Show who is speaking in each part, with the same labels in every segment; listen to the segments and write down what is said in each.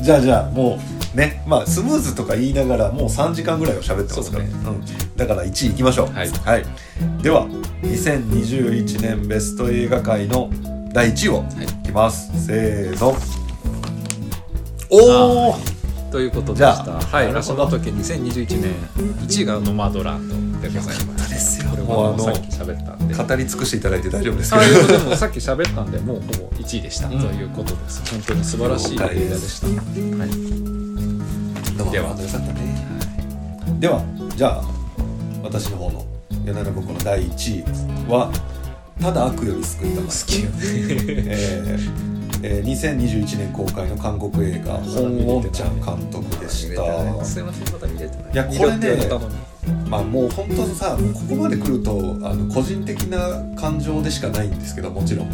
Speaker 1: じゃあじゃあもうねまあスムーズとか言いながらもう3時間ぐらいは喋ってますから、
Speaker 2: そうね
Speaker 1: うん、だから1位いきましょう
Speaker 2: はい
Speaker 1: では2021年ベスト映画界の第1位を
Speaker 2: はい
Speaker 1: いきます、せーのおお
Speaker 2: ということで
Speaker 1: じ
Speaker 2: した
Speaker 1: ゃあ
Speaker 2: はい
Speaker 1: なる
Speaker 2: ラシ
Speaker 1: ほ
Speaker 2: ャ
Speaker 1: ど
Speaker 2: バ時計2021年1位がノマドランドでございます
Speaker 1: です
Speaker 2: これ
Speaker 1: も
Speaker 2: も
Speaker 1: うあ
Speaker 2: もうさ
Speaker 1: の
Speaker 2: っき喋ったんで
Speaker 1: 語り尽くしていただいて大丈夫ですけ
Speaker 2: あ
Speaker 1: ど
Speaker 2: あいうことでもさっき喋ったんでもうほぼ1位でした、
Speaker 1: うん
Speaker 2: ということです本当に素晴らしい映画でしたはい
Speaker 1: どうも
Speaker 2: では
Speaker 1: 本当によかったねではじゃあ私の方の柳田文庫の第1位は「ただ悪より救いたまえ」
Speaker 2: 好きよね
Speaker 1: えーえー2021年公開の韓国映画「ホン・ウォンチャン」監督でした
Speaker 2: すいませんまた見れてない
Speaker 1: いやこれね
Speaker 2: 見ろってやったのに
Speaker 1: まあもう本当さもうここまで来るとあの個人的な感情でしかないんですけどもちろん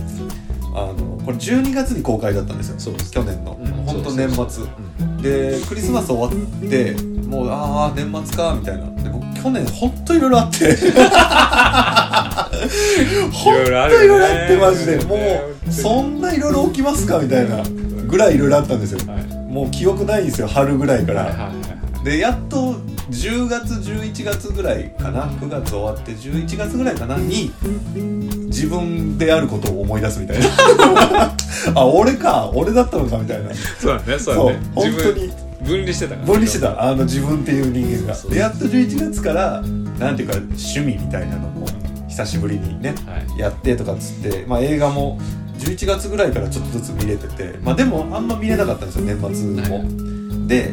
Speaker 1: あのこれ12月に公開だったんですよ
Speaker 2: そうです
Speaker 1: 去年の、
Speaker 2: うん
Speaker 1: 本当年末
Speaker 2: そうそううん
Speaker 1: でクリスマス終わってもうああ年末かみたいなで僕去年ほんといろいろあって ほんといろいろあってマジでもうそんないろいろ起きますかみたいなぐらいいろいろあったんですよ
Speaker 2: はいはい
Speaker 1: もう記憶ないんですよ春ぐらいから。
Speaker 2: はいはい
Speaker 1: でやっと10月11月ぐらいかな9月終わって11月ぐらいかなに自分であることを思い出すみたいな あ俺か俺だったのかみたいな
Speaker 2: そうだねそう
Speaker 1: そう
Speaker 2: だね
Speaker 1: 本
Speaker 2: 自
Speaker 1: 当
Speaker 2: 分
Speaker 1: に
Speaker 2: 分離してたから
Speaker 1: 分離してたあの自分っていう人間が
Speaker 2: そう
Speaker 1: でやっと11月からなんていうか趣味みたいなのも久しぶりにね
Speaker 2: はい
Speaker 1: やってとかっつって、まあ、映画も11月ぐらいからちょっとずつ見れてて、まあ、でもあんま見れなかったんですよ年末も。
Speaker 2: は
Speaker 1: で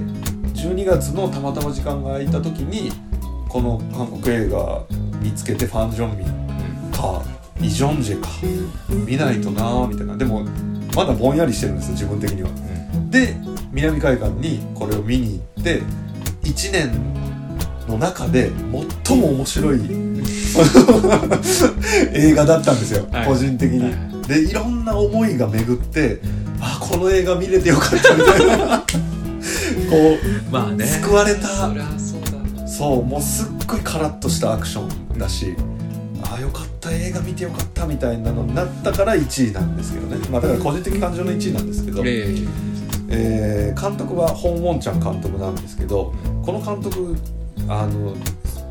Speaker 1: 12月のたまたま時間が空いた時にこの韓国映画見つけてファン・ジョンミンかイ・ジョンジェか見ないとなーみたいなでもまだぼんやりしてるんですよ自分的には。で南海岸にこれを見に行って1年の中で最も面白い 映画だったんですよ、
Speaker 2: はい
Speaker 1: 個人的に、
Speaker 2: はいは
Speaker 1: でいろんな思いが巡ってあこの映画見れてよかったみたい なこう
Speaker 2: まあね
Speaker 1: 救われた
Speaker 2: そりゃそうだ
Speaker 1: そうもうすっごいカラッとしたアクションだしあよかった映画見てよかったみたいなのになったから1位なんですけどね、まあ、だから個人的感情の1位なんですけど、
Speaker 2: いやいやいや
Speaker 1: えー監督はホン・ウォンチャン監督なんですけどこの監督あの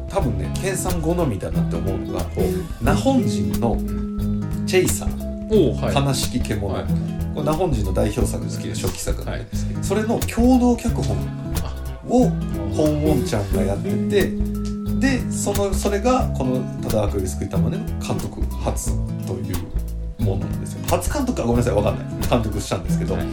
Speaker 1: 多分ね研さん好みだなって思うのがこうナホン人のチェイサー
Speaker 2: おお
Speaker 1: 「
Speaker 2: はい
Speaker 1: 悲しき獣」
Speaker 2: はい
Speaker 1: これナホン人の代表作ですけど初期作なんで、
Speaker 2: はい
Speaker 1: それの共同脚本をホン・ウォンちゃんがやっててでそのそれがこの「ただ悪意救いたまね」の監督初というものなんですよ初監督かごめんなさいわかんない監督したんですけど、
Speaker 2: はい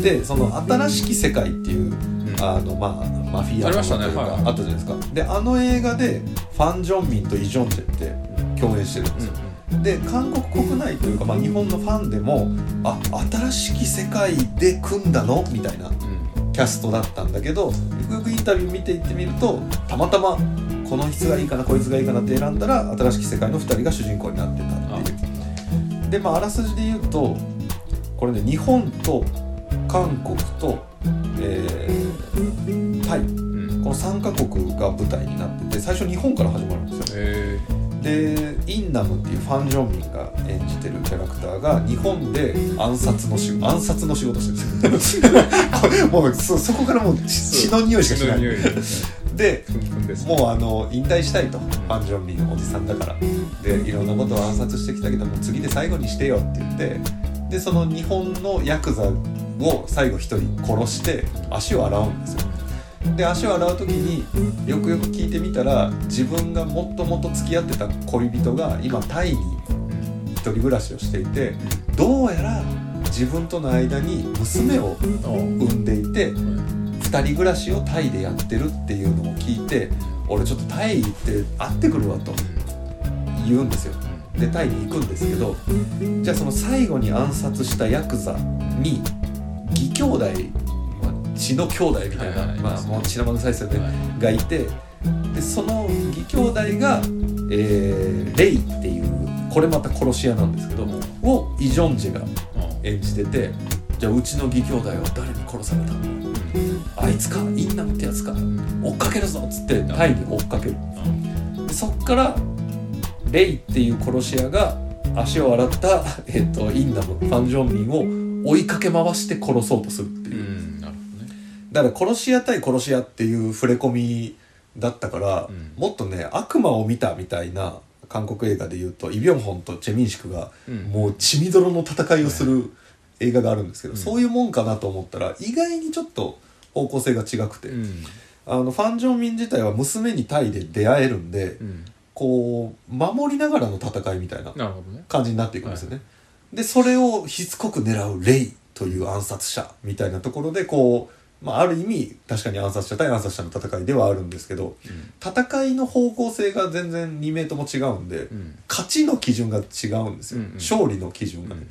Speaker 1: でその「新しき世界」っていう
Speaker 2: うん
Speaker 1: あのまあマフィア
Speaker 2: あ
Speaker 1: の
Speaker 2: りました
Speaker 1: と
Speaker 2: ね
Speaker 1: いうか
Speaker 2: はい
Speaker 1: あったじゃないですかであの映画でファン・ジョンミンとイ・ジョンチェって共演してるんですよ、で韓国国内というか、まあ、日本のファンでも「あ新しき世界で組んだの?」みたいな
Speaker 2: うん
Speaker 1: キャストだったんだけどよくよくインタビュー見ていってみるとたまたまこの質がいいかなこいつがいいかなって選んだら新しき世界の2人が主人公になってたっていうでまああらすじで言うとこれね日本と韓国と、えータイ
Speaker 2: うんうんうん
Speaker 1: この3カ国が舞台になってて最初日本から始まるんですよね
Speaker 2: え
Speaker 1: でインナムっていうファン・ジョンミンが演じてるキャラクターが日本で暗殺の仕暗殺の仕事してるんですよ これもうそそこからもう血血の匂いしかしな
Speaker 2: 血の
Speaker 1: い
Speaker 2: 匂い
Speaker 1: で
Speaker 2: ふんふんです
Speaker 1: もうあの引退したいとファン・ジョンミンのおじさんだからでいろんなことを暗殺してきたけどもう次で最後にしてよって言ってでその日本のヤクザを最後一人殺して足を洗うんですよで足を洗う時によくよく聞いてみたら自分がもっともっと付き合ってた恋人が今タイに
Speaker 2: うん
Speaker 1: 一人暮らしをしていてどうやら自分との間に娘を産んでいて2人暮らしをタイでやってるっていうのを聞いて俺ちょっとタイ行って会ってくるわと言うんですよでタイに行くんですけどじゃあその最後に暗殺したヤクザに義兄弟まあ血の兄弟みたいな、
Speaker 2: はいはい
Speaker 1: まあもう血のまぐさいですよね、
Speaker 2: はい
Speaker 1: がいてでその義兄弟が、えーレイっていうこれまた殺し屋なんですけどもをイ・ジョンジェが
Speaker 2: うん
Speaker 1: 演じててじゃあうちの義兄弟は誰に殺されたのあいつかインナムってやつか追っかけるぞっつってタイに追っかけるでそっからレイっていう殺し屋が足を洗った、 えっとインナムファン・ジョンミンを追いかけ回して殺そうとするって
Speaker 2: う
Speaker 1: いう、
Speaker 2: んなるほどね
Speaker 1: だから殺し屋対殺し屋っていう触れ込みだったから、
Speaker 2: うん
Speaker 1: もっとね悪魔を見たみたいな韓国映画でいうとイ・ビョンホンとチェ・ミンシクが
Speaker 2: うん
Speaker 1: もう血みどろの戦いをする映画があるんですけど、
Speaker 2: うん
Speaker 1: そういうもんかなと思ったら意外にちょっと方向性が違くて、
Speaker 2: うん
Speaker 1: あのファン・ジョンミン自体は娘にタイで出会えるんで、
Speaker 2: うん
Speaker 1: こう守りながらの戦いみたいな
Speaker 2: なるほどね
Speaker 1: 感じになっていくんですよね。でそれをしつこく狙うレイという暗殺者みたいなところでこう、まあ、ある意味確かに暗殺者対暗殺者の戦いではあるんですけど
Speaker 2: うん
Speaker 1: 戦いの方向性が全然2名とも違うんで、
Speaker 2: うん
Speaker 1: 勝ちの基準が違うんですよ、
Speaker 2: うんうん
Speaker 1: 勝利の基準
Speaker 2: う
Speaker 1: がね。
Speaker 2: ん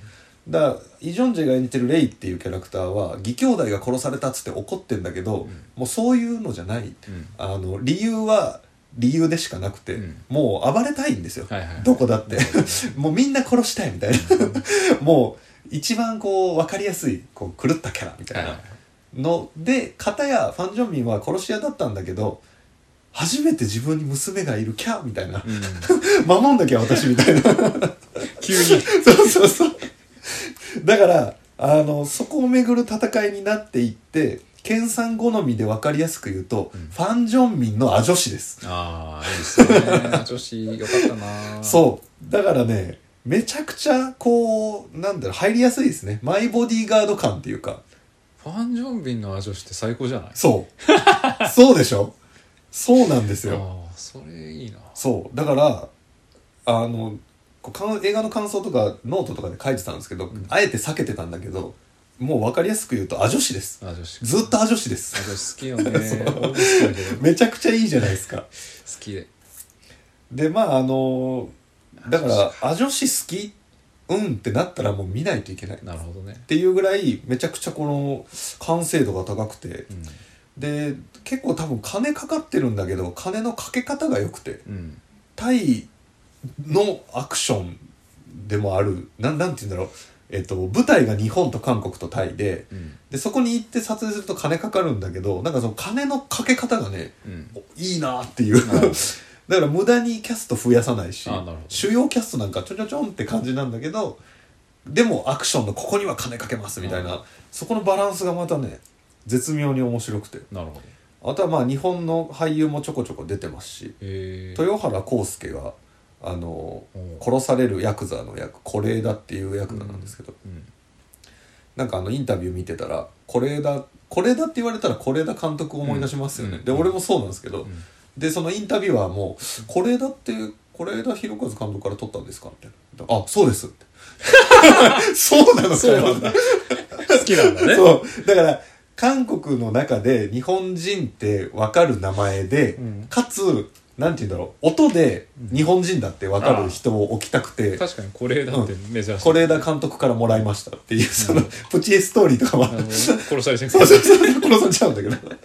Speaker 1: だからイ・ジョンジェが演じてるレイっていうキャラクターは義兄弟が殺されたっつって怒ってんだけど、
Speaker 2: うん
Speaker 1: もうそういうのじゃない
Speaker 2: うん
Speaker 1: あの理由は理由でしかなくて、
Speaker 2: うん
Speaker 1: もう暴れたいんですよ、
Speaker 2: はいはい
Speaker 1: どこだって もうみんな殺したいみたいなもう一番こう分かりやすいこう狂ったキャラみた
Speaker 2: はいいは
Speaker 1: ないので片やファン・ジョンミンは殺し屋だったんだけど初めて自分に娘がいるキャーみたいな
Speaker 2: うん
Speaker 1: 守んなきゃ私みた いな
Speaker 2: 急に
Speaker 1: そうそうそうだからあのそこを巡る戦いになっていって研さん好みで分かりやすく言うと、
Speaker 2: うん
Speaker 1: ファン・ジョンミンのア女子です
Speaker 2: ああいいですね女子よかったな
Speaker 1: そう。だからね、めちゃくちゃ、こう、なんだろう、入りやすいですね。マイボディーガード感っていうか。
Speaker 2: ファン・ジョンビンの女子って最高じゃない
Speaker 1: そう。そうでしょそうなんですよ。
Speaker 2: ああそれいいな
Speaker 1: そう。だから、あの、こうかん映画の感想とかノートとかで書いてたんですけど、
Speaker 2: ん
Speaker 1: あえて避けてたんだけど、もう分かりやすく言うと、ア女子です。
Speaker 2: あ女子
Speaker 1: ずっとア女子で
Speaker 2: あ
Speaker 1: す。
Speaker 2: 女子好きよね俺も好きだけど好
Speaker 1: めちゃくちゃいいじゃないですか。
Speaker 2: きで
Speaker 1: で、まあ、あの、だから、ア女子好きうんってなったらもう見ないといけない。
Speaker 2: なるほどね
Speaker 1: っていうぐらいめちゃくちゃこの完成度が高くて
Speaker 2: うん
Speaker 1: で結構多分金かかってるんだけど金のかけ方が良くて
Speaker 2: うん
Speaker 1: タイのアクションでもあるなんなんて言うんだろう、えっと舞台が日本と韓国とタイで
Speaker 2: うん
Speaker 1: でそこに行って撮影すると金かかるんだけどなんかその金のかけ方がね
Speaker 2: うん
Speaker 1: おいいなっていう
Speaker 2: なるほど
Speaker 1: だから無駄にキャスト増やさないし
Speaker 2: あなるほど
Speaker 1: 主要キャストなんかちょちょちょんって感じなんだけどでもアクションのここには金かけますみたいな、そこのバランスがまたね絶妙に面白くて
Speaker 2: なるほど
Speaker 1: あとはまあ日本の俳優もちょこちょこ出てますし
Speaker 2: ええ
Speaker 1: 豊原康介があの
Speaker 2: お
Speaker 1: 殺されるヤクザの役是枝っていうヤクザなんですけど、
Speaker 2: うん
Speaker 1: なんかあのインタビュー見てたら是枝是枝って言われたら是枝監督を思い出しますよね、
Speaker 2: うん
Speaker 1: で
Speaker 2: うん
Speaker 1: 俺もそうなんですけど、
Speaker 2: うん
Speaker 1: でそのインタビュアーも「是枝って是枝裕和監督から撮ったんですか?」みたいな「あそうです」って そうなのか
Speaker 2: そう
Speaker 1: よ
Speaker 2: なんだ好きなんだね
Speaker 1: そうだから韓国の中で日本人って分かる名前で、
Speaker 2: うん
Speaker 1: かつなんて言うんだろう音で日本人だって分かる人を置きたくて
Speaker 2: 確かにこれだって珍しい
Speaker 1: 是枝監督からもらいましたっていうそのプチストーリーとかもあ
Speaker 2: あ
Speaker 1: る
Speaker 2: の殺されてる
Speaker 1: そうそうそう殺されちゃうんだけど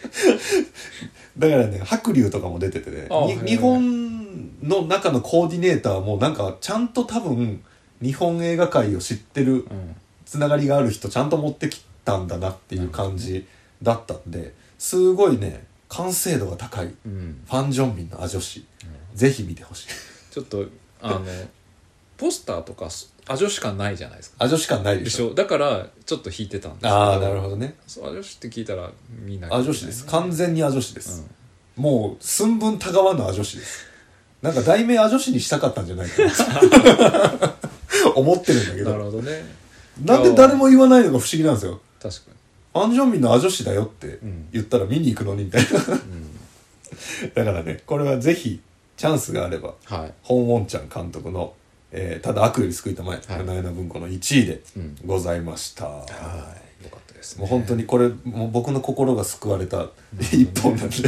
Speaker 1: だからね白龍とかも出ててね
Speaker 2: ああ
Speaker 1: に
Speaker 2: へえ
Speaker 1: 日本の中のコーディネーターもなんかちゃんと多分日本映画界を知ってる
Speaker 2: うん
Speaker 1: つながりがある人ちゃんと持ってきたんだなっていう感じだったんですごいね完成度が高いフ
Speaker 2: うん
Speaker 1: ァン・ジョンミンのア女子ぜひ見てほしい
Speaker 2: ちょっとあのポスターとかア女子感ないじゃないですか
Speaker 1: ア女子感ないで
Speaker 2: で
Speaker 1: し
Speaker 2: し
Speaker 1: ょ
Speaker 2: ょだからちょっと引いてたんですけ
Speaker 1: ああなるほどね
Speaker 2: そうアジョシって聞いたらみんな
Speaker 1: ア女子です完全にア女子です、
Speaker 2: うん
Speaker 1: もう寸分たがわぬア女子ですなんか題名ア女子にしたかったんじゃないかな思ってるんだけど
Speaker 2: なるほどね
Speaker 1: なんで誰も言わないのが不思議なんですよ
Speaker 2: 確か
Speaker 1: アン・ジョンミンのア女子だよって
Speaker 2: うん
Speaker 1: 言ったら見に行くのにみたいな
Speaker 2: に、うん、
Speaker 1: だからねこれはぜひチャンスがあれば
Speaker 2: はい
Speaker 1: ホン・ウォンちゃん監督の「えーただ悪より救いたまえ」
Speaker 2: い
Speaker 1: 花枝文庫の1位で
Speaker 2: うん
Speaker 1: ございました、
Speaker 2: はいよかったです、ね、
Speaker 1: もう本当にこれもう僕の心が救われた一本なんで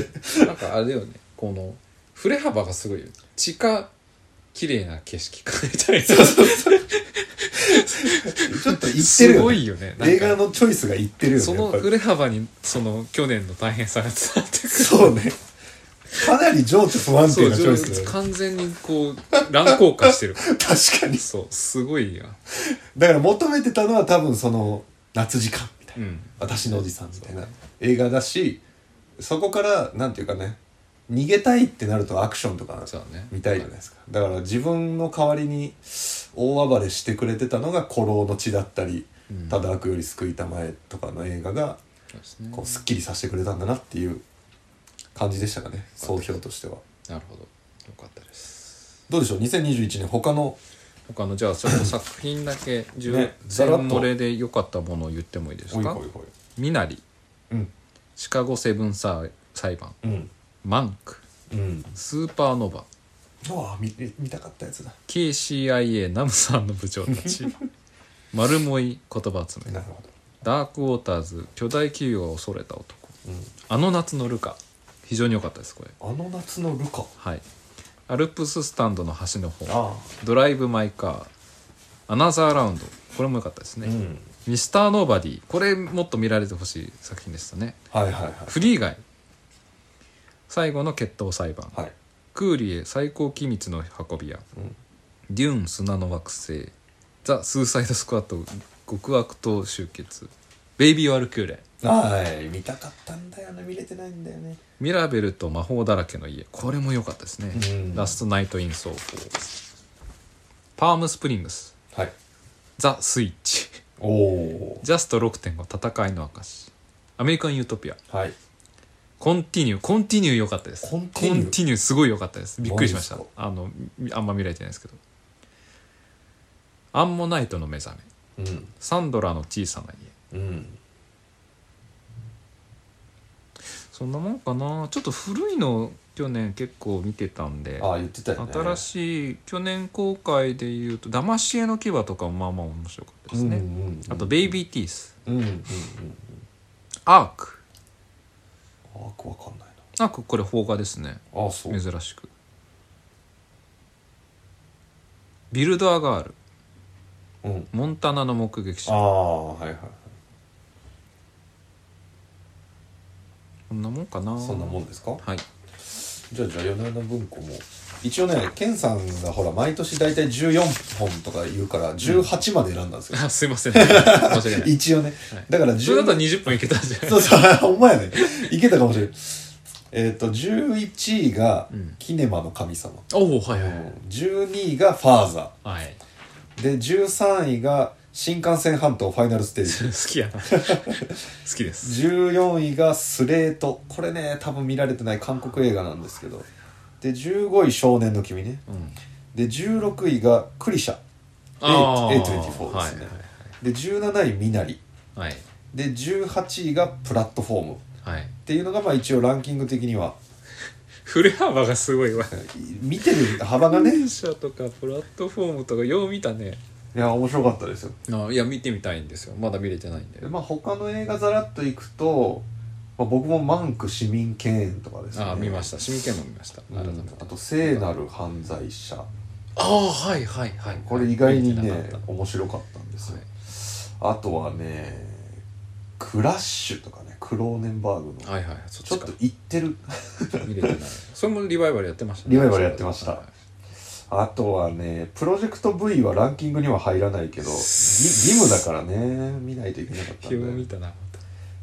Speaker 2: なんかあれだよねこの振れ幅がすごいよね地下綺麗な景色変えたりそうそう
Speaker 1: ちょっと言ってる
Speaker 2: す
Speaker 1: よ
Speaker 2: ご
Speaker 1: ね
Speaker 2: いよねなんか
Speaker 1: 映画のチョイスがいってるよね
Speaker 2: そ
Speaker 1: や
Speaker 2: の
Speaker 1: っぱり
Speaker 2: 振れ幅にその去年の大変さが伝わってくる
Speaker 1: そうねかなり情緒不安定なチョイスだよね
Speaker 2: 完全にこう乱高下してる
Speaker 1: 確かに
Speaker 2: そうすごいよ、
Speaker 1: だから求めてたのは多分その夏時間みたいうな、
Speaker 2: ん、
Speaker 1: 私のおじさんみたいな映画だしそこからなんていうかね逃げたいってなるとアクションとか
Speaker 2: そうだね
Speaker 1: 見たいじゃないですかだから自分の代わりに大暴れしてくれてたのが「古老の血」だったり「
Speaker 2: うん
Speaker 1: ただ悪より救いたまえ」とかの映画が
Speaker 2: そうですね
Speaker 1: こうすっきりさせてくれたんだなっていう感じでしたかね総評としては
Speaker 2: なるほどよかったです
Speaker 1: どうでしょう2021年他の
Speaker 2: 他のじゃあちょっと作品だけ10
Speaker 1: ねざらっと
Speaker 2: 全漏れで良かったものを言ってもいいです
Speaker 1: おい
Speaker 2: か
Speaker 1: おいおい
Speaker 2: みなり
Speaker 1: うん
Speaker 2: シカゴセブンサー裁判
Speaker 1: うん
Speaker 2: マンク
Speaker 1: うん
Speaker 2: スーパーノヴァ
Speaker 1: ああ見見たかったやつだ
Speaker 2: KCIA ナムさんの部長た ち丸もい言葉集め
Speaker 1: なるほど
Speaker 2: ダークウォーターズ巨大企業を恐れた男
Speaker 1: うん
Speaker 2: あの夏のルカ非常に良かったですこれ
Speaker 1: あの夏のルカ
Speaker 2: はいアルプススタンドの端の方
Speaker 1: あ
Speaker 2: ドライブ・マイ・カーアナザー・ラウンドこれも良かったです
Speaker 1: あ
Speaker 2: ね、
Speaker 1: ん
Speaker 2: ミスター・ノーバディこれもっと見られてほしい作品でしたね
Speaker 1: はいはいはい
Speaker 2: フリーガイ最後の決闘裁判、
Speaker 1: はい
Speaker 2: クーリエ最高機密の運び屋
Speaker 1: うん
Speaker 2: デューン砂の惑星ザ・スーサイド・スクワット極悪党集結ベイビー・ワルキューレ
Speaker 1: はい見たかったんだよね見れてないんだよね
Speaker 2: ミラベルと魔法だらけの家これも良かったですね、
Speaker 1: うん
Speaker 2: ラストナイト・イン奏法パーム・スプリングス
Speaker 1: はい
Speaker 2: ザ・スイッチ
Speaker 1: おお
Speaker 2: ジャスト6.5戦いの証アメリカン・ユートピア
Speaker 1: はい
Speaker 2: コンティニューコンティニュー良かったです
Speaker 1: コンティニュー
Speaker 2: すごい良かったですびっくりしました
Speaker 1: マジっす
Speaker 2: あのみあんま見られてないですけどアンモナイトの目覚め
Speaker 1: うん
Speaker 2: サンドラの小さな家
Speaker 1: うん
Speaker 2: そんなもんかなちょっと古いの去年結構見てたんで
Speaker 1: ああ言ってたよね
Speaker 2: 新しい去年公開でいうと「騙し絵の牙」とかもまあまあ面白かったですね、
Speaker 1: うんうんうん
Speaker 2: あと「ベイビー・ティース
Speaker 1: うんうんうん」
Speaker 2: 「アーク
Speaker 1: ああわかんない」
Speaker 2: アークこれ邦画ですね
Speaker 1: なああそう
Speaker 2: 珍しく「ビルド・アガール」
Speaker 1: うん
Speaker 2: 「モンタナの目撃
Speaker 1: あ
Speaker 2: 者
Speaker 1: あはいはいはい」
Speaker 2: こんなもんかな
Speaker 1: そんなもんですか
Speaker 2: はい
Speaker 1: じゃあじゃあ夜な夜な文庫も一応ねケンさんがほら毎年大体14本とか言うから18まで選んだんですよ、
Speaker 2: あすいません申し訳ない
Speaker 1: 一応ね、
Speaker 2: はい
Speaker 1: だから
Speaker 2: それだと
Speaker 1: 10
Speaker 2: 20分いけたんじゃない
Speaker 1: そうそうほんまやねいけたかもしれないえっ、と11位が
Speaker 2: う
Speaker 1: 「
Speaker 2: ん
Speaker 1: キネマの神様
Speaker 2: おおはい」はいはい、
Speaker 1: 12位が「ファーザ
Speaker 2: はい、
Speaker 1: ー」で13位が「新幹線半島ファイナルステージ」
Speaker 2: 好 きやな好きです
Speaker 1: 14位が「スレート」これね多分見られてない韓国映画なんですけどで15位「少年の君ね」
Speaker 2: うん
Speaker 1: で16位がクリシャ
Speaker 2: あー
Speaker 1: A24 ですねで17位みなり
Speaker 2: はいはい
Speaker 1: で18位がプラットフォームっ
Speaker 2: はい、はい
Speaker 1: ていうのがまあ一応ランキング的には
Speaker 2: 振れ幅がすごいわ
Speaker 1: 見てる幅がね
Speaker 2: 電車とかプラットフォームとかよう見たね
Speaker 1: いや面白かったですよ
Speaker 2: あいや見てみたいんですよまだ見れてないんで
Speaker 1: でまあ他の映画ざらっといくと、まあ、僕も「マンク市民権援」とかですね
Speaker 2: あ見ま
Speaker 1: し
Speaker 2: した市民権も見ました
Speaker 1: あ
Speaker 2: 改めて、
Speaker 1: と「聖なる犯罪者
Speaker 2: ああはいはいはい」
Speaker 1: これ意外に
Speaker 2: 見てなかっ
Speaker 1: ね
Speaker 2: た
Speaker 1: 面白かったんですよ
Speaker 2: はい、
Speaker 1: あとはね「クラッシュ」とかねクローネンバーグの
Speaker 2: はいはいはいそ
Speaker 1: ちょ
Speaker 2: っ
Speaker 1: っ
Speaker 2: ち
Speaker 1: と
Speaker 2: か
Speaker 1: 言ってる
Speaker 2: 見れてないそれもリバイバルやってました
Speaker 1: リバイバルやってました
Speaker 2: はい
Speaker 1: あとはね、プロジェクト V はランキングには入らないけど、ぎ義務だからね、見ないといけなかった
Speaker 2: 昨日
Speaker 1: ん
Speaker 2: 見
Speaker 1: で。
Speaker 2: たな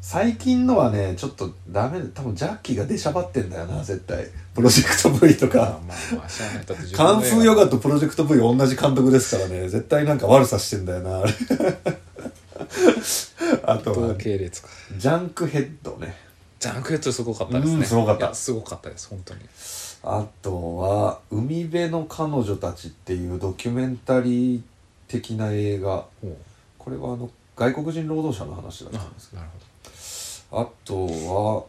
Speaker 1: 最近のはね、ちょっとダメで、多分ジャッキーが出しゃばってんだよな、絶対。プロジェクト V と
Speaker 2: まあ
Speaker 1: か。
Speaker 2: まあまあしゃあないだって自分
Speaker 1: カン
Speaker 2: の映画
Speaker 1: フーヨガとプロジェクト V 同じ監督ですからね、絶対なんか悪さしてんだよな、あ れ。あとは、
Speaker 2: 同
Speaker 1: ジ
Speaker 2: 系列か
Speaker 1: ャンクヘッドね。
Speaker 2: ジャンクヘッドすごかったです
Speaker 1: うん
Speaker 2: ね
Speaker 1: すごかった
Speaker 2: いやすごかったです本当に
Speaker 1: あとは、海辺の彼女たちっていうドキュメンタリー的な映画。
Speaker 2: ほう
Speaker 1: これはあの外国人労働者の話だ
Speaker 2: あ
Speaker 1: ったんですけ
Speaker 2: なる
Speaker 1: ど
Speaker 2: ほ
Speaker 1: あとは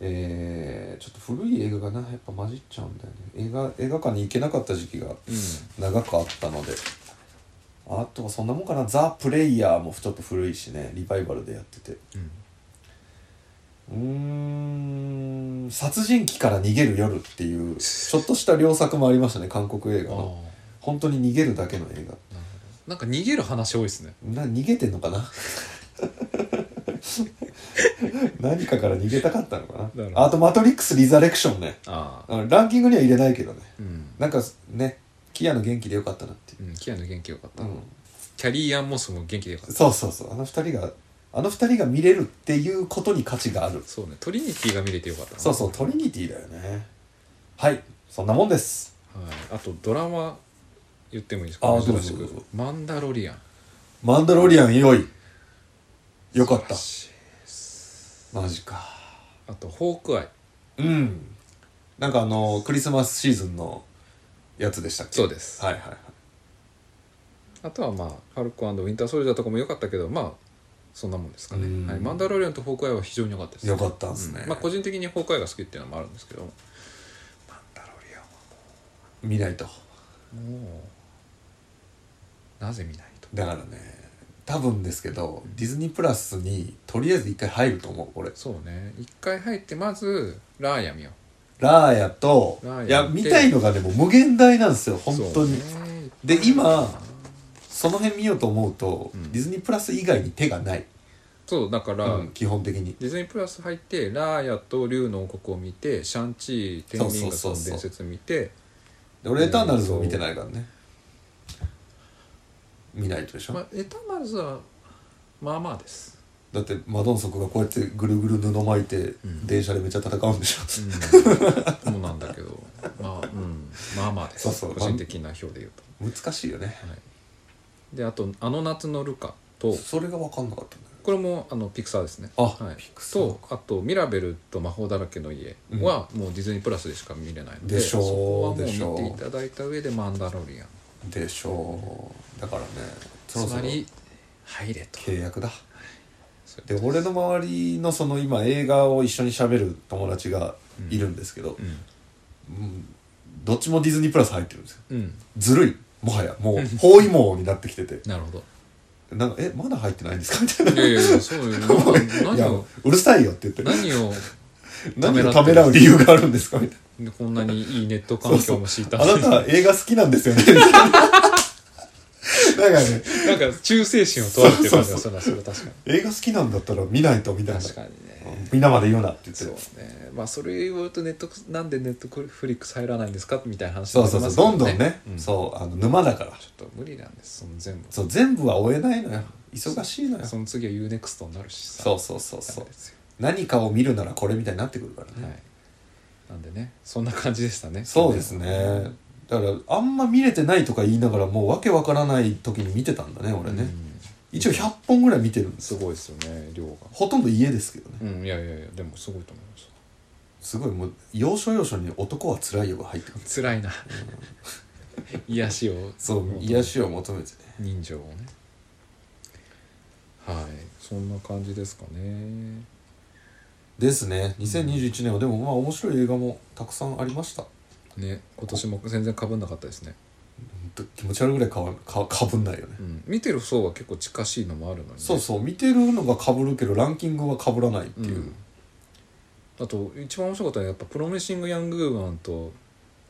Speaker 1: えー、ちょっと古い映画がなやっぱ混じっちゃうんだよね映画映画館に行けなかった時期が
Speaker 2: どうん
Speaker 1: 長くあったのであとはそんなもんかな「ザ・プレイヤー」もちょっと古いしねリバイバルでやってて
Speaker 2: うん
Speaker 1: うーん「殺人鬼から逃げる夜」っていうちょっとした良作もありましたね韓国映
Speaker 2: あ
Speaker 1: 画
Speaker 2: あなる
Speaker 1: の本当に逃げるだけの映画
Speaker 2: ほどなんか逃げる話多いですね
Speaker 1: な逃げてんのかな 何かから逃げたかったのかな
Speaker 2: なるほど
Speaker 1: あと「マトリックス・リザレクションね
Speaker 2: ああ
Speaker 1: あのランキングには入れないけどね
Speaker 2: うん
Speaker 1: なんかねキアの元気でよかったなっていう、
Speaker 2: うんキアヌ元気よかった、
Speaker 1: う
Speaker 2: キャリー・アン・モスも元気でよかっ
Speaker 1: ん、
Speaker 2: た
Speaker 1: そうそうそうあの二人があの二人が見れるっていうことに価値がある
Speaker 2: そうねトリニティが見れてよかったな
Speaker 1: そうそうトリニティだよねはいそんなもんです
Speaker 2: はい、あとドラマ言ってもいいです
Speaker 1: あ
Speaker 2: か
Speaker 1: どうぞ
Speaker 2: 珍し
Speaker 1: どう
Speaker 2: く
Speaker 1: ぞ
Speaker 2: マンダロリアン
Speaker 1: 「マンダロリアン」良いよかった
Speaker 2: 素晴らしいです
Speaker 1: マジか
Speaker 2: あとホークアイ
Speaker 1: うんなんかあのクリスマスシーズンのやつでしたっけ
Speaker 2: そうです
Speaker 1: はいはいはい
Speaker 2: あとはまあファルコンウィンターソルジャーとかも良かったけどまあそんなもんですか
Speaker 1: うん
Speaker 2: ね、はい、マンダロリアンとホークアイは非常に良かったです
Speaker 1: よかったんですね、
Speaker 2: うんまあ個人的にホークアイが好きっていうのもあるんですけども
Speaker 1: マンダロリアンはもう見ないと
Speaker 2: なぜ見ないと
Speaker 1: だからね多分ですけどディズニープラスにとりあえず一回入ると思う俺
Speaker 2: そうね一回入ってまずラーヤ見よ
Speaker 1: ラーヤと
Speaker 2: ラーヤ
Speaker 1: いや
Speaker 2: 見
Speaker 1: 見
Speaker 2: て
Speaker 1: たいのがでも無限大なんですよ
Speaker 2: う
Speaker 1: 本当に、
Speaker 2: そうね
Speaker 1: で今その辺見ようと思うと、
Speaker 2: うん
Speaker 1: ディズニープラス以外に手がない、
Speaker 2: そうだから、
Speaker 1: うん基本的に
Speaker 2: ディズニープラス入ってラーヤと竜の王国を見てシャンチー天秤月の伝説見て
Speaker 1: で俺エターナルズも見てないからね見ないとでしょ、
Speaker 2: まあ、エタマルズはまあまあ です、
Speaker 1: だってマドンソクがこうやってぐるぐる布巻いて
Speaker 2: ん
Speaker 1: 電車でめっちゃ戦うんでしょ、
Speaker 2: うん、もうなんだけどまあ、うん、まあまあです
Speaker 1: そうそう
Speaker 2: 個人的な表で言うと、
Speaker 1: 難しいよね
Speaker 2: はい、であと「あの夏のルカ」と
Speaker 1: それが分かんなかったんだよ
Speaker 2: これもあのピクサーですね
Speaker 1: あ
Speaker 2: はい、
Speaker 1: ピクサー
Speaker 2: とあと「ミラベルと魔法だらけの家」はもうディズニープラスでしか見れないので
Speaker 1: でしょう
Speaker 2: そこはもう
Speaker 1: で
Speaker 2: 見
Speaker 1: しょう
Speaker 2: ていただいた上で「マンダロリアン
Speaker 1: でしょうだからね」
Speaker 2: つ
Speaker 1: そろそ
Speaker 2: ま
Speaker 1: ろ
Speaker 2: り入れと
Speaker 1: 契約だ
Speaker 2: そう
Speaker 1: で俺の周りのその今映画を一緒に喋る友達がいるんですけど、うんどっちもディズニープラス入ってるんですよ
Speaker 2: うん、うん、
Speaker 1: ずるいもはやもう包囲網になってきてて
Speaker 2: なるほど
Speaker 1: なんかえまだ入ってないんですかみたいない
Speaker 2: やいやいやそうよなんか
Speaker 1: い
Speaker 2: 何
Speaker 1: や
Speaker 2: を
Speaker 1: うるさいよって言って
Speaker 2: 何を
Speaker 1: 何をためらう理由があるんですかみたい
Speaker 2: こんなにいいネット環
Speaker 1: な
Speaker 2: 境も敷いた
Speaker 1: あなた映画好きなんです よねみたいななんかね
Speaker 2: なんか忠誠心を問われてる感じがするなそれは確か
Speaker 1: 映画好きなんだったら見ないとみたい
Speaker 2: に
Speaker 1: な
Speaker 2: 確かにね
Speaker 1: みんなまで言うなって言って
Speaker 2: そうねまあそれを言うとネットなんでネットフリックス入らないんですかみたいな話に
Speaker 1: そう
Speaker 2: なり
Speaker 1: そう
Speaker 2: ま
Speaker 1: そう
Speaker 2: すけ
Speaker 1: どんどんね、
Speaker 2: うん
Speaker 1: そうあの沼だから
Speaker 2: ちょっと無理なんですその全部
Speaker 1: そう全部は追えないのよ忙しいのよ
Speaker 2: その次は UNEXT になるしさ
Speaker 1: そうそうそうそ
Speaker 2: ダ
Speaker 1: う
Speaker 2: メですよ
Speaker 1: 何かを見るならこれみたいになってくるからね、
Speaker 2: はいなんでねそんな感じでしたね
Speaker 1: そうですねだからあんま見れてないとか言いながらもうわけわからない時に見てたんだね俺ね、
Speaker 2: うん
Speaker 1: 一応100本ぐらい見てるんです
Speaker 2: すごいですよね量が
Speaker 1: ほとんど家ですけどね
Speaker 2: うんいやいやいやでもすごいと思います
Speaker 1: すごいもう要所要所に「男はつらいよ」が入ってくる
Speaker 2: 辛いな癒しを
Speaker 1: そう癒しを求めてね
Speaker 2: 人情をねはいそんな感じですかね
Speaker 1: ですね2021年はでもまあ面白い映画もたくさんありました
Speaker 2: ね今年も全然かぶんなかったですね、
Speaker 1: ほんと気持ち悪いぐらいかわかかぶんないよね
Speaker 2: うん、見てる層は結構近しいのもあるのにね、
Speaker 1: そうそう見てるのがかぶるけどランキングはかぶらないっていう、
Speaker 2: あと一番面白かったのはやっぱ「プロミシング・ヤング・ウーマン」と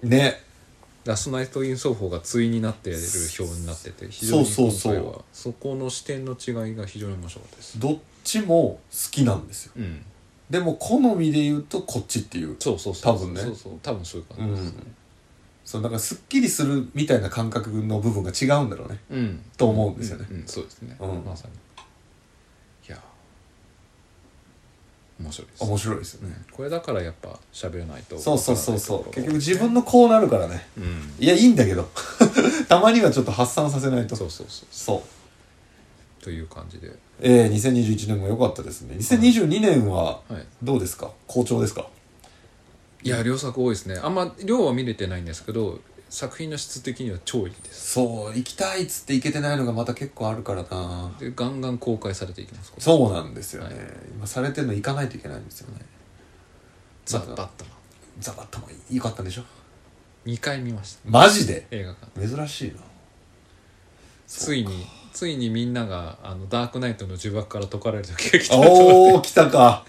Speaker 1: ね
Speaker 2: 「ラストナイト・イン・奏法」が対になっている表になってて非常に
Speaker 1: そうそうそう
Speaker 2: 今回はそこの視点の違いが非常に面白かったです
Speaker 1: どっちも好きなんですよ
Speaker 2: うん
Speaker 1: でも好みで言うとこっちっていう
Speaker 2: そうそうそう
Speaker 1: 多分ね
Speaker 2: そうそう多分そういう感じですね
Speaker 1: そうだからすっきりするみたいな感覚の部分が違うんだろうね
Speaker 2: うん、
Speaker 1: と思うんですよね
Speaker 2: うんうんそうですね、
Speaker 1: うん
Speaker 2: まさにいや面白いです
Speaker 1: 面白いですよ
Speaker 2: う
Speaker 1: ね
Speaker 2: ん、これだからやっぱ喋らないと
Speaker 1: そうそうそうそう結局自分
Speaker 2: の
Speaker 1: のこうなるからね
Speaker 2: うん
Speaker 1: いやいいんだけど たまにはちょっと発散させないと
Speaker 2: そうそうそう
Speaker 1: そう
Speaker 2: という感じで
Speaker 1: ええ2021年も良かったですね2022年は
Speaker 2: はい
Speaker 1: どうですか好調ですか
Speaker 2: いや両作多いですねあんま量は見れてないんですけど作品の質的には超いいです
Speaker 1: そう行きたいっつって行けてないのがまた結構あるからな
Speaker 2: でガンガン公開されていきますこれ
Speaker 1: そうなんですよね、
Speaker 2: はい
Speaker 1: 今されてるの行かないといけないんですよね
Speaker 2: ザ・
Speaker 1: ま
Speaker 2: バ
Speaker 1: だ
Speaker 2: ットマ
Speaker 1: ザバッとも良かったんでしょ
Speaker 2: ン2回見ました
Speaker 1: マジで
Speaker 2: 映画館
Speaker 1: 珍しいな
Speaker 2: ついについにみんながあのダークナイトの呪縛から解かれる時が来たと思って
Speaker 1: おお来たか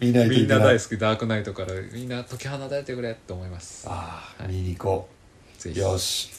Speaker 1: 見ないと
Speaker 2: み
Speaker 1: い
Speaker 2: ん
Speaker 1: け
Speaker 2: な
Speaker 1: ない
Speaker 2: 大好きダークナイトからみんな解き放たれてくれって思います
Speaker 1: ああ見に行こ
Speaker 2: ぜ
Speaker 1: う
Speaker 2: ひ
Speaker 1: よし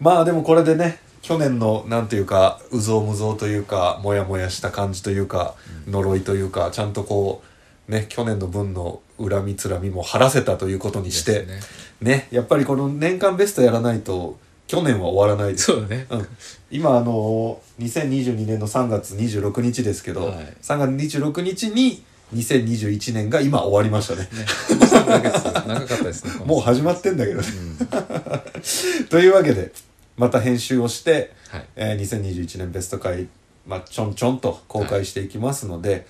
Speaker 1: まあでもこれでね去年のなんていうかうぞうむぞうというかモヤモヤした感じというか、呪いというかちゃんとこうね去年の分の恨みつらみも晴らせたということにして
Speaker 2: で
Speaker 1: ね
Speaker 2: すね
Speaker 1: やっぱりこの年間ベストやらないと去年は終わらないです
Speaker 2: そうだね
Speaker 1: うん今あの2022年の3月26日ですけど、
Speaker 2: はい
Speaker 1: 3月26日に2021年が今終わりましたね
Speaker 2: ね、3ヶ月長かったですね。
Speaker 1: もう
Speaker 2: こ
Speaker 1: 始まってんだけどね
Speaker 2: のうん、
Speaker 1: というわけでまた編集をして、
Speaker 2: はい、
Speaker 1: えー2021年ベスト回、まあ、ちょんちょんと公開していきますので、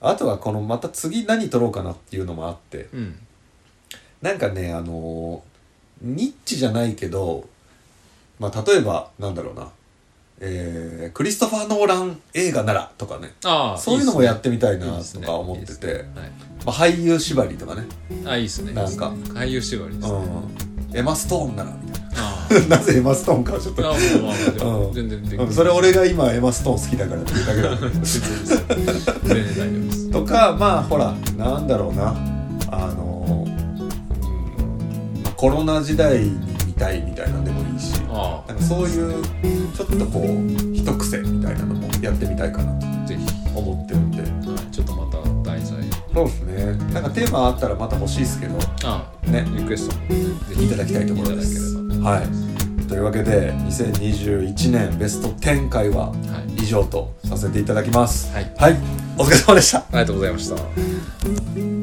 Speaker 1: あとはこのまた次何撮ろうかなっていうのもあって
Speaker 2: うん
Speaker 1: なんかねあのーニッチじゃないけど、まあ、例えばなんだろうな、えークリストファー・ノーラン映画ならとかね
Speaker 2: ああ
Speaker 1: そういうのもやってみたい
Speaker 2: いい
Speaker 1: な
Speaker 2: っす
Speaker 1: と
Speaker 2: ね
Speaker 1: か思ってて
Speaker 2: いいっすね
Speaker 1: まあ、俳優縛りとかね、
Speaker 2: はいあいいですね
Speaker 1: なんか
Speaker 2: いいっすね俳優縛りですね
Speaker 1: うん、エマ・ストーンならみたい
Speaker 2: あ
Speaker 1: な なぜエマ・ストーンかはちょっ
Speaker 2: あ
Speaker 1: と、
Speaker 2: あもうまあまあで
Speaker 1: う
Speaker 2: も
Speaker 1: ん
Speaker 2: 全然でき
Speaker 1: う
Speaker 2: る
Speaker 1: ん、それ俺が今エマ・ストーン好きだからっていうだけだから
Speaker 2: 全然大丈夫です
Speaker 1: とかまあほらなんだろうなあの、うんまあコロナ時代に見たいみたいなんでもいいし
Speaker 2: あ
Speaker 1: なんかそういうちょっとこう一癖みたいなのもやってみたいかなと
Speaker 2: あぜひ
Speaker 1: 思ってるんで
Speaker 2: はいちょっとまた題材
Speaker 1: そうですねなんかテーマあったらまた欲しいですけど
Speaker 2: あ
Speaker 1: ね
Speaker 2: リクエストもぜ
Speaker 1: いただきたいところです
Speaker 2: いただければ
Speaker 1: はいというわけで2021年ベスト10回は
Speaker 2: はい
Speaker 1: 以上とさせていただきます
Speaker 2: はい
Speaker 1: はい、お疲れ様でした
Speaker 2: ありがとうございました